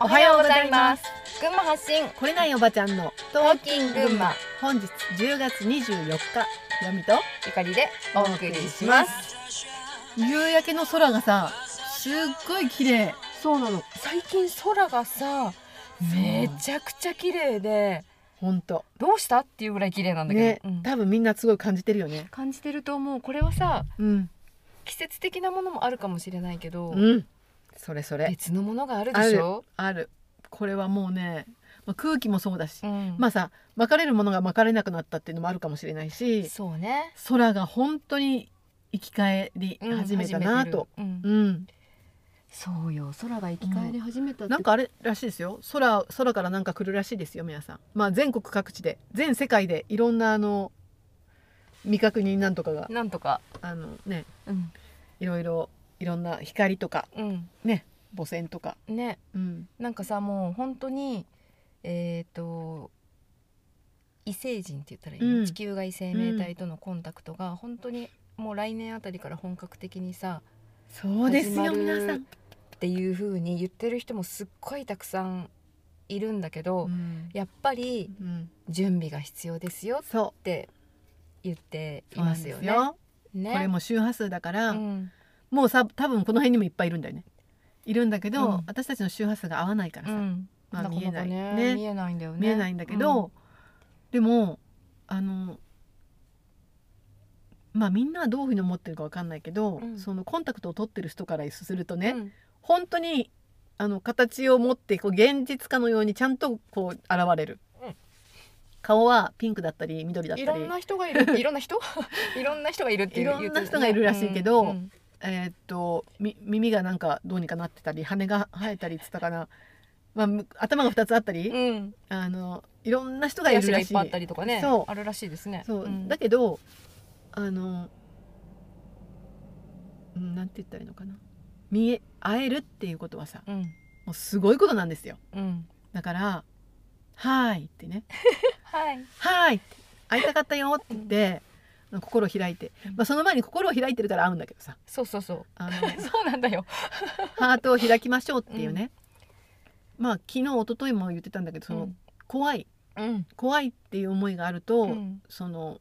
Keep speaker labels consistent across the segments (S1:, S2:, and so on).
S1: おはようございます。
S2: 群馬発信
S1: これないおばちゃんのト
S2: ーキン群馬
S1: 本日10月24日やみと
S2: ゆかりでお送りします。
S1: 夕焼けの空がさすっごい綺麗
S2: そうなの。最近空がさめちゃくちゃ綺麗で、
S1: ほんと
S2: どうしたっていうぐらい綺麗なんだけど、
S1: ね、
S2: うん
S1: 多分みんなすごい感じてるよね
S2: 感じてると思う。これはさ
S1: うん
S2: 季節的なものもあるかもしれないけど、
S1: うんそれそれ
S2: 別のものがある
S1: あ
S2: でし
S1: る
S2: ょ。
S1: あるこれはもうね、まあ、空気もそうだし、
S2: うん
S1: まあさ巻かれるものが巻かれなくなったっていうのもあるかもしれないし
S2: そうね。
S1: 空が本当に生き返り
S2: うん
S1: 始めたなと、。
S2: 始めてるうん
S1: うん、
S2: そうよ。空が生き返り始めたって
S1: なんかあれらしいですよ空空からなんか来るらしいですよ皆さん、まあ、全国各地で全世界でいろんなあの未確認なんとかが
S2: なんとか。
S1: あの、ね、
S2: うん。
S1: いろいろいろんな光とか
S2: うん。
S1: 母線とか、
S2: ね。
S1: うん、
S2: なんかさもう本当にえっ、と異星人って言ったらいいの、
S1: うん
S2: 地球外生命体とのコンタクトが本当にもう来年あたりから本格的にさ
S1: そうです
S2: 始ま
S1: よ
S2: る
S1: 皆さん、
S2: っていう風に言ってる人もすっごいたくさんいるんだけど、
S1: うん
S2: やっぱり
S1: うん、
S2: 準備が必要ですよっ
S1: そ
S2: て言ってい
S1: う
S2: ますよね。
S1: そうなんで
S2: ね
S1: すよこれも周波数だから、
S2: うん
S1: もうさ多分この辺にもいっぱいいるんだよねいるんだけど、
S2: うん
S1: 私たちの周波数が合わないから
S2: う
S1: さ、
S2: ん
S1: まあ、
S2: かか
S1: 見えない
S2: ね見えないんだよね。
S1: 見えないんだけど、でもあのまあみんなはどういうふうに思ってるかわかんないけど、
S2: うん
S1: そのコンタクトを取ってる人からすると
S2: うん、
S1: ね、本当にあの形を持ってこう現実化のようにちゃんとこう現れる、
S2: うん
S1: 顔はピンクだったり緑だ
S2: う
S1: っ
S2: んい
S1: た
S2: ろ
S1: り
S2: んな人がい るいろんな人 いろんな人がいるっていう
S1: いろんな人がいるらしいけど
S2: うんうん
S1: えーっとみ耳がなんかどうにかなってたり羽が生えたりっつったかな、まあ、む頭が2つあったり、
S2: うん、
S1: あのいろんな人がい
S2: 手
S1: る
S2: 足が
S1: ら
S2: いっ
S1: しい
S2: ぱいあったりとかね
S1: そう
S2: あるらしいですね
S1: そう、
S2: ん
S1: だけどあのうんなんて言ったらいいのかな見え会えるっていうことはさ
S2: うん
S1: もうすごいことなんですよ
S2: うん
S1: だから「はーい」ってね
S2: はい
S1: 「はーい」って「会いたかったよ」って言って、心を開いて、まあ、その前に心を開いてるから会うんだけどさ
S2: そうそうそう
S1: あの
S2: そうなんだよ
S1: ハートを開きましょうっていうね、まあ昨日一昨日も言ってたんだけどその、怖い
S2: うん
S1: 怖いっていう思いがあると、
S2: うん
S1: その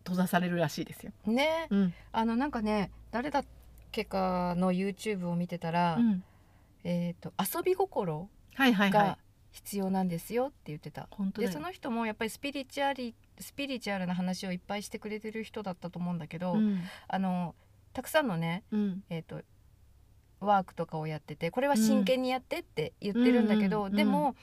S1: 閉ざされるらしいですよ。
S2: ね
S1: うん
S2: あのなんかね誰だっけかの YouTube を見てたら、
S1: うん
S2: えっ、と遊び心
S1: はいはいはい
S2: が。必要なんですよって言ってた、
S1: 本当だ
S2: で
S1: よ
S2: その人もやっぱりスピリチュアリスピリチュアルな話をいっぱいしてくれてる人だったと思うんだけど、
S1: うん
S2: あのたくさんのね
S1: うん
S2: えー、とワークとかをやっててこれは真剣にやってって言ってるんだけど、
S1: うんうんうん
S2: でも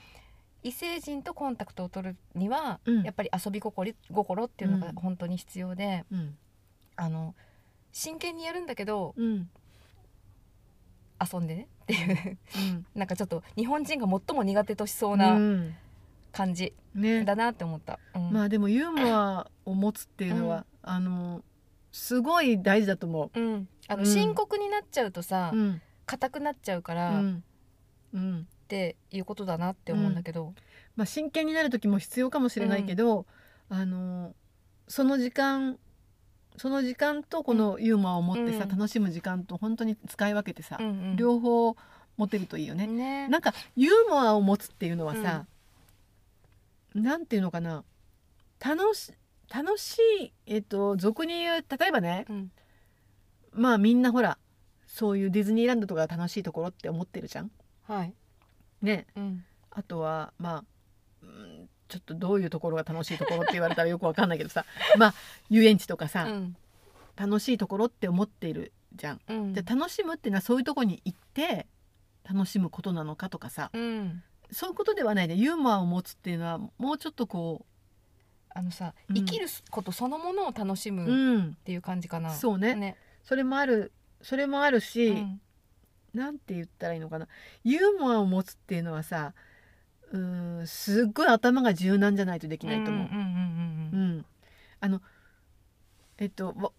S2: 異星人とコンタクトを取るには、
S1: うん
S2: やっぱり遊び心心っていうの
S1: う
S2: が
S1: ん
S2: 本当に必要で、
S1: うん
S2: あの真剣にやるんだけど
S1: うん
S2: 遊んでねっていう
S1: うん
S2: なんかちょっと日本人が最も苦手としそう
S1: う
S2: なん感じ
S1: ね
S2: だなって思った。うん
S1: まあでもユーモアを持つっていうのは、あのすごい大事だと思
S2: うんあの
S1: うん
S2: 深刻になっちゃうとさ
S1: う。うん
S2: 硬、くなっちゃうか
S1: う
S2: ら、っ
S1: んうん
S2: ていうことだなって思うんだけど、
S1: まあ、真剣になる時も必要かもしれないけど、あのその時間その時間とこのユーモアを持ってさ、
S2: うん
S1: 楽しむ時間と本当に使い分けてさ、
S2: うんうん
S1: 両方持てるといいよね。
S2: ね
S1: なんかユーモアを持つっていうのはさ、なんていうのかな楽し楽しいえっと俗に言う例えばね
S2: うん
S1: まあみんなほらそういうディズニーランドとかが楽しいところって思ってるじゃん。
S2: はい、
S1: ね
S2: うん、
S1: あとはまあ、うん、ちょっとどういうところが楽しいところって言われたらよくわかんないけ どさまあ遊園地とか
S2: う
S1: さ、
S2: ん
S1: 楽しいところって思っているじゃん。
S2: うん
S1: じゃあ楽しむっていうのはそういうとこに行って楽しむことなのかとかさ、
S2: うん、
S1: そういうことではないねユーモアを持つっていうのはもうちょっとこ
S2: あのさ、
S1: うん
S2: 生きることそのものを楽し
S1: う、
S2: むっ
S1: うん、
S2: ていう感じかな。
S1: そうね
S2: ね。
S1: それもあるそれもあるし、
S2: うん
S1: なんて言ったらいいのかなユーモアを持つっていうのはさうーんすっごい頭が柔軟じゃないとできないと思
S2: うんう
S1: う。
S2: んうん
S1: う
S2: うんん
S1: あのえっとわ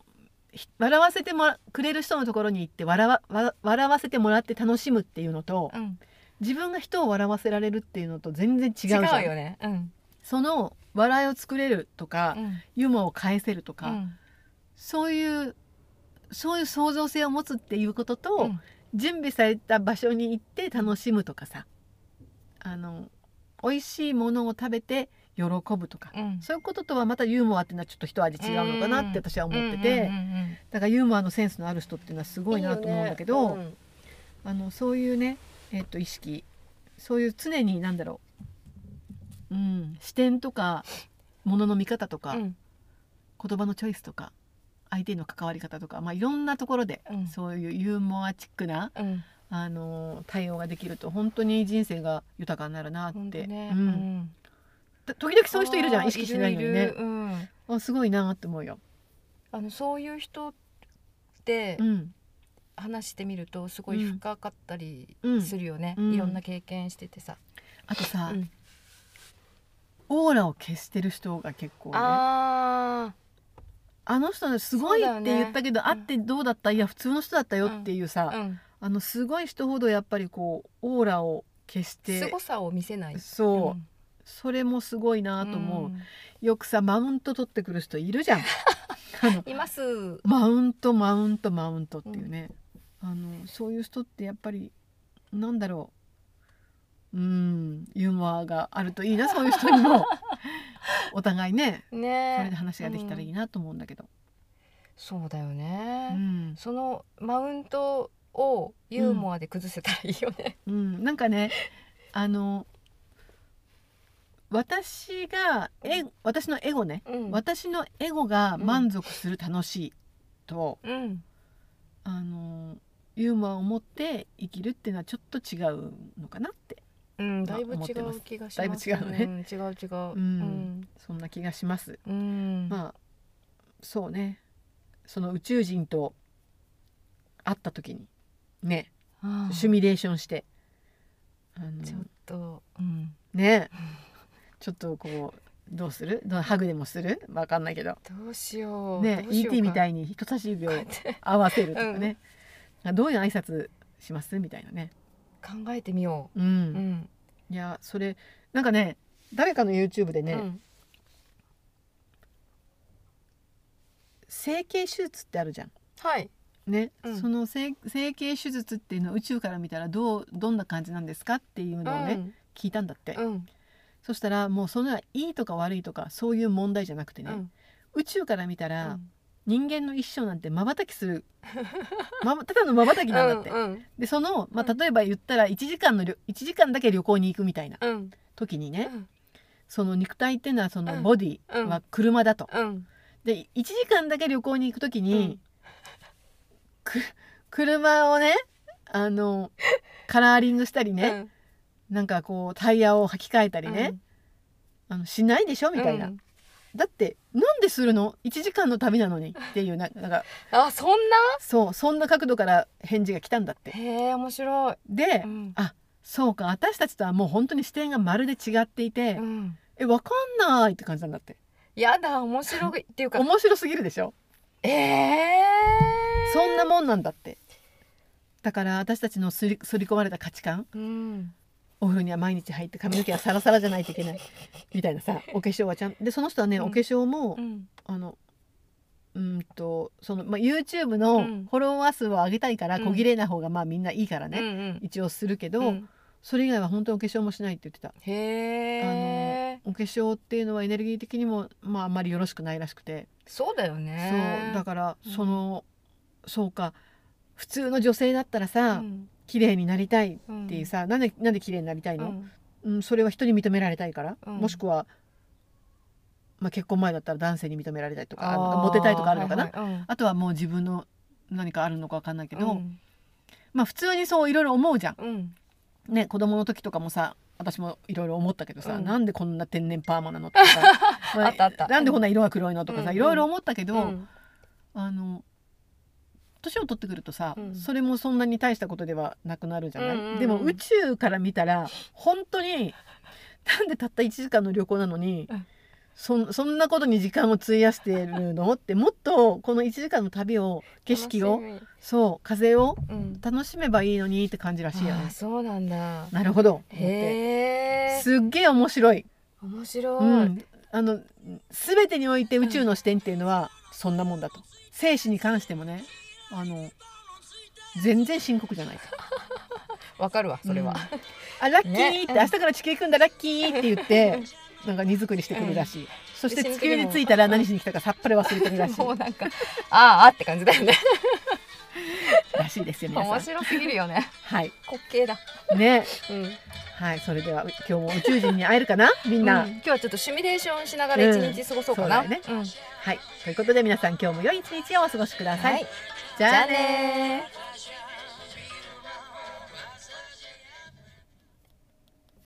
S1: ひ笑わせてもらくれる人のところに行って笑わわ笑わせてもらって楽しむっていうのと
S2: うん。
S1: 自分が人を笑わせられるっていうのと全然違う
S2: 違
S1: じゃん
S2: うよね。うん。
S1: その笑いを作れるとか、
S2: うん
S1: ユーモアを返せると
S2: う
S1: か、
S2: ん。
S1: そういうそういう創造性を持つっていうことと、
S2: うん
S1: 準備された場所に行って楽しむとかさあの美味しいものを食べて喜ぶとか、
S2: うん
S1: そういうこととはまたユーモアっていうのはちょっと一味違うのかなって私は思ってて、
S2: うんうんうんうん
S1: だからユーモアのセンスのある人っていうのはすごいなと思うんだけど
S2: いいよねうん
S1: あのそういうね、えっと意識そういう常に何だろう、うん、視点とかものの見方とか、
S2: うん
S1: 言葉のチョイスとか相手への関わり方とか、まあ、いろんなところで
S2: うん
S1: そういうユーモアチックな、
S2: うん
S1: あのー対応ができると本当に人生が豊かになるなっ
S2: 本当
S1: て、
S2: ね
S1: う、
S2: うんん
S1: た時々そういう人いるじ
S2: あ
S1: ゃん
S2: ー
S1: 意識してないのに
S2: い
S1: ね
S2: るいるうん
S1: あすごいなって思うよ。
S2: あのそういう人って
S1: うん
S2: 話してみるとすごい深かったり
S1: うん
S2: するよね、
S1: うん
S2: いろんな経験しててさ、
S1: あとさ、
S2: うん
S1: オーラを消してる人が結構ねあ
S2: あ
S1: の人ねすごい
S2: そうだよ
S1: って
S2: ね
S1: 言ったけど、会ってどうだったいや普通の人だったよっていうさ、
S2: あ、うん、
S1: あのすごい人ほどやっぱりこうオーラを消して
S2: 凄さを見せない
S1: そう、
S2: ん
S1: それもすごいなと思う、
S2: ん
S1: よくさマウント取ってくる人いるじゃん あの
S2: います
S1: マウントマウントマウントっていうね、あのそういう人ってやっぱりなんだろううんユーモアがあると いいなそういう人にもお互いねそ
S2: ね
S1: れで話ができたらいいなと思うんだけど、
S2: そうだよ
S1: う
S2: ね、
S1: ん
S2: そのマウントをユーモアで崩せたらいいよね、
S1: うん、なんかねあの私がえ私のエゴね、
S2: うん
S1: 私のエゴが満足する楽しいと、
S2: うん
S1: あのユーモアを持って生きるっていうのはちょっと違うのかなって
S2: うん、だいぶ違
S1: 思ってます
S2: う気がし
S1: だいぶ
S2: ます
S1: 違うね
S2: うん、違う違う
S1: うんそんな気がします。
S2: うん、うん
S1: まあそうねその宇宙人と会った時にね
S2: ああ
S1: シミュレーションしてあ
S2: ちょ
S1: の
S2: っと、うん、
S1: ねちょっとこうどうするどうハグでもするわかんないけど
S2: どうしよう。
S1: ね
S2: どうしよう
S1: ET みた
S2: い
S1: いに人差し指を
S2: 考
S1: 合わせるとかね、どういう挨拶しますみたいなね。
S2: えてみよ
S1: うん
S2: う。うん。
S1: いやそれなんかね誰かの YouTube でね、
S2: うん
S1: 整形手術ってあるじゃん。
S2: はい。
S1: ね、
S2: うん
S1: その整整形手術っていうのは宇宙から見たらどうどんな感じなんですかっていうのをね、聞いたんだって、
S2: うん。うん。
S1: そしたらもうそのいいとか悪いとかそういう問題じゃなくてね、
S2: うん
S1: 宇宙から見たら人間の一生なんてまばたき するまばただのまばたきなんだって、
S2: うん。うん
S1: でその、まあ、
S2: うん
S1: 例えば言ったら1時間の旅1時間だけ旅行に行くみたいな
S2: うん。
S1: 時に
S2: う
S1: ね、
S2: ん
S1: その肉体っていうのはその
S2: うん
S1: ボディ
S2: うん
S1: は車だと、
S2: うん。
S1: で1時間だけ旅行に行く時に、
S2: うん
S1: く車をねあのカラーリングしたり
S2: う
S1: ね、
S2: ん。
S1: なんかこうタイヤを履き替えたりね、あのしないでしょ
S2: うん。
S1: みたいな、
S2: うん。
S1: だってなんでするの1時間の旅なのにっていうななんか
S2: あ、そんな。
S1: そうそんな角度から返事が来たんだって。
S2: へえ、面白い。
S1: で、
S2: うん。
S1: そうか私たちとはもう本当に視点がまるで違っていて、
S2: うん。
S1: えわかんないって感じなんだって
S2: やだ、面白い っていうか。
S1: 面白すぎるでしょ
S2: ええ。
S1: そんなもんなんだってだから私たちのすり刷り込まれた価値観
S2: うん。
S1: お風呂には毎日入って髪の毛はサラサラじゃないといけないみたいなさお化粧はちゃんでその人はね、
S2: うん
S1: お化粧も、
S2: うん。
S1: あのうーんとその、まあ、YouTube
S2: う
S1: の
S2: ん
S1: フォロワー数を上げたいから
S2: うん
S1: 小綺麗な方がまあみんないいから
S2: うん。う
S1: ね、
S2: ん。
S1: 一応するけど、
S2: うん
S1: それ以外は本当にお化粧もしないって言ってた
S2: へえ。
S1: お化粧っていうのはエネルギー的にも、まあ、あんまりよろしくないらしくて、
S2: そうだよね。
S1: そうだから
S2: うん
S1: その、そうか普通の女性だったらさ、
S2: うん。
S1: 綺麗になりたい
S2: っ
S1: っていうさ、なんでなんで綺麗になりたいの、
S2: うん。
S1: うん、それは人に認められたいから、
S2: うん
S1: もしくは、まあ、結婚前だったら男性に認められたいとか
S2: あー
S1: なんかモテたいとかあるのかな、
S2: はいはいうん
S1: あとはもう自分の何かあるのかわかんないけど、
S2: うん
S1: まあ普通にそういろいろ思うじゃん。
S2: うん
S1: ね子供の時とかもさ私もいろいろ思ったけどさ、
S2: うん
S1: なんでこんな天然パーマなのとか ま
S2: あったあった
S1: なんでこんな色が黒いのと
S2: う
S1: か
S2: ん
S1: さ
S2: うん
S1: いろいろ思ったけど、
S2: うん
S1: あの年を取ってくるとさ、
S2: うん
S1: それもそんなに大したことではなくなるじゃない、
S2: うんうんうん
S1: でも宇宙から見たら本当になんでたった1時間の旅行なのに、
S2: うん
S1: そんそんなことに時間を費やしてるのってもっとこの1時間の旅を景色を
S2: 楽し
S1: そう風を
S2: みうん
S1: 楽しめばいいのにって感じらしいよ
S2: あー
S1: ね。
S2: そうなんだ
S1: なるほど思って
S2: へえ
S1: すっげえ面白い、
S2: 面白
S1: う
S2: い
S1: ん、あの全てにおいて宇宙の視点っていうのはそんなもんだと生死に関してもねあの全然深刻じゃないと
S2: わかるわそれは
S1: うんあラッキー
S2: ね
S1: って、明日から地球行くんだラッキーって言 ってなんか荷造りしてくるらしい、そして地球に着いたら何しに来たかさっぱり忘れてるら し い
S2: もうなんかあーあーって感じだよね
S1: らしいですよ皆さ
S2: 面
S1: ん
S2: 白すぎるよね
S1: はい
S2: 滑稽だ、
S1: ね
S2: うん
S1: はいそれでは今日も宇宙人に会えるかなみんな、
S2: うん今日はちょっとシミュレーションしながら一日過ごそうかな、
S1: うんそうだ
S2: ん
S1: はいということで皆さん今日も良い一日をお過ごしください、
S2: はい
S1: じ
S2: じ
S1: ゃ
S2: ゃ
S1: あ
S2: あ
S1: ね
S2: ねー